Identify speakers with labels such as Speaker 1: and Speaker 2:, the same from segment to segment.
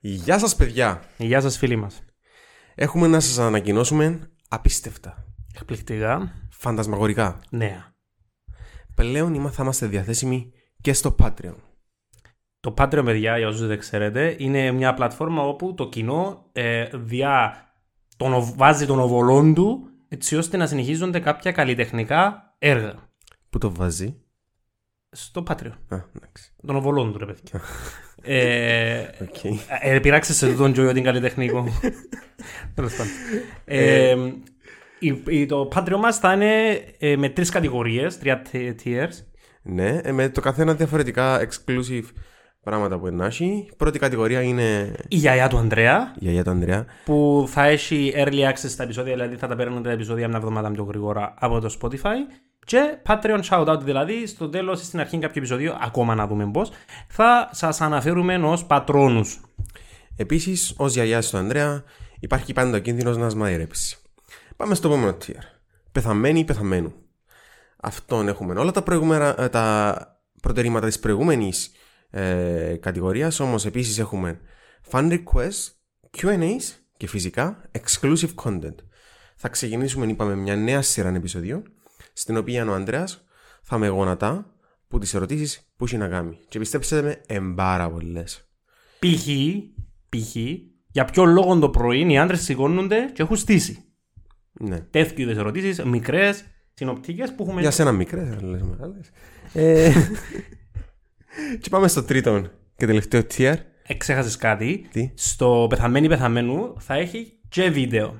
Speaker 1: Γεια σας παιδιά.
Speaker 2: Γεια σας φίλοι μας.
Speaker 1: Έχουμε να σας ανακοινώσουμε απίστευτα,
Speaker 2: Εκπληκτικά, Ναι.
Speaker 1: φαντασμαγορικά.
Speaker 2: νέα.
Speaker 1: Πλέον είμα- θα είμαστε διαθέσιμοι και στο Patreon.
Speaker 2: Το Patreon, παιδιά, για όσους δεν ξέρετε, είναι μια πλατφόρμα όπου το κοινό ε, διά, τον, οβ- βάζει τον οβολόν του έτσι ώστε να συνεχίζονται κάποια καλλιτεχνικά έργα.
Speaker 1: Πού το βάζει.
Speaker 2: Στο Patreon.
Speaker 1: Α, εντάξει.
Speaker 2: Τον οβολόν του, ρε παιδιά. ε,
Speaker 1: Οκ.
Speaker 2: ε, πειράξε σε τον Τζόι ότι είναι καλλιτεχνικό. Τέλος πάντων. Ε, η- η- το Patreon μας θα είναι ε, με τρεις κατηγορίες, τρία t- tiers.
Speaker 1: Ναι, ε, με το καθένα διαφορετικά exclusive πράγματα που είναι Η πρώτη κατηγορία είναι
Speaker 2: Η γιαγιά του Ανδρέα,
Speaker 1: η γιαγιά του Ανδρέα.
Speaker 2: που θα έχει early access στα επεισόδια, δηλαδή θα τα παίρνουν τα επεισόδια μια εβδομάδα πιο γρήγορα από το Spotify. Και Patreon shout-out, δηλαδή στο τέλος ή στην αρχή κάποιο επεισόδιο, ακόμα να δούμε πώς, θα σας αναφέρουμε ως πατρόνους.
Speaker 1: Επίσης, ως γιαγιά του Ανδρέα υπάρχει πάντα ο κίνδυνος να μας μαϊρέψει. Πάμε στο επόμενο tier. Πεθαμένοι ή πεθαμένου. Αυτόν έχουμε όλα τα, προηγούμενα, ε, τα προτερήματα της προηγούμενης ε, κατηγορίας, όμως επίσης έχουμε fan requests, Q&As και φυσικά exclusive content. Θα ξεκινήσουμε, είπαμε, μια νέα σειρά επεισοδίων, στην οποία ο Ανδρέας θα με γονατά που τις ερωτήσεις που έχει να κάνει. Και πιστέψτε με, εμπάρα πολλές.
Speaker 2: Π.χ. π.χ. Για ποιο λόγο το πρωί οι άντρες σηκώνονται και έχουν στήσει.
Speaker 1: Ναι.
Speaker 2: Τέτοιου είδε ερωτήσεις, μικρές, συνοπτικές που έχουμε.
Speaker 1: Για σένα μικρές, αλλά λες μεγάλες. Ε, και πάμε στο τρίτο και τελευταίο tier.
Speaker 2: Εξέχασε κάτι.
Speaker 1: Τι?
Speaker 2: Στο πεθαμένοι πεθαμένου θα έχει και βίντεο.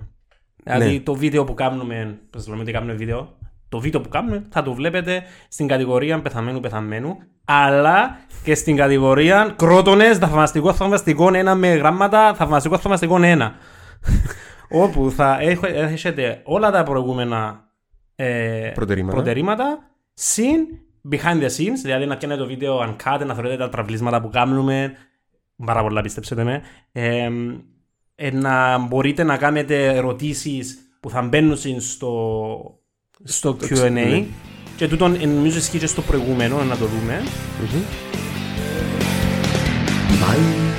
Speaker 2: Δηλαδή
Speaker 1: Ναι. το
Speaker 2: το βίντεο που κάνουμε, σας λέμε ότι κάνουμε βίντεο, το βίντεο που κάνουμε θα το βλέπετε στην κατηγορία πεθαμένου πεθαμένου, αλλά και στην κατηγορία κρότονες, θαυμαστικό θαυμαστικών ένα με γράμματα, θαυμαστικό θαυμαστικών ένα. όπου θα έχ- έχετε όλα τα προηγούμενα ε,
Speaker 1: Προτερήματα.
Speaker 2: προτερήματα, συν behind the scenes, δηλαδή να πιάνετε το βίντεο αν κάτε, να θεωρείτε τα τραυλίσματα που κάνουμε, πάρα πολλά πιστέψτε με, ε, ε, να μπορείτε να κάνετε ερωτήσεις που θα μπαίνουν συν στο, στο Q&A
Speaker 1: ναι.
Speaker 2: και τούτον ε, νομίζω ισχύει και στο προηγούμενο, να το δούμε.
Speaker 1: Bye.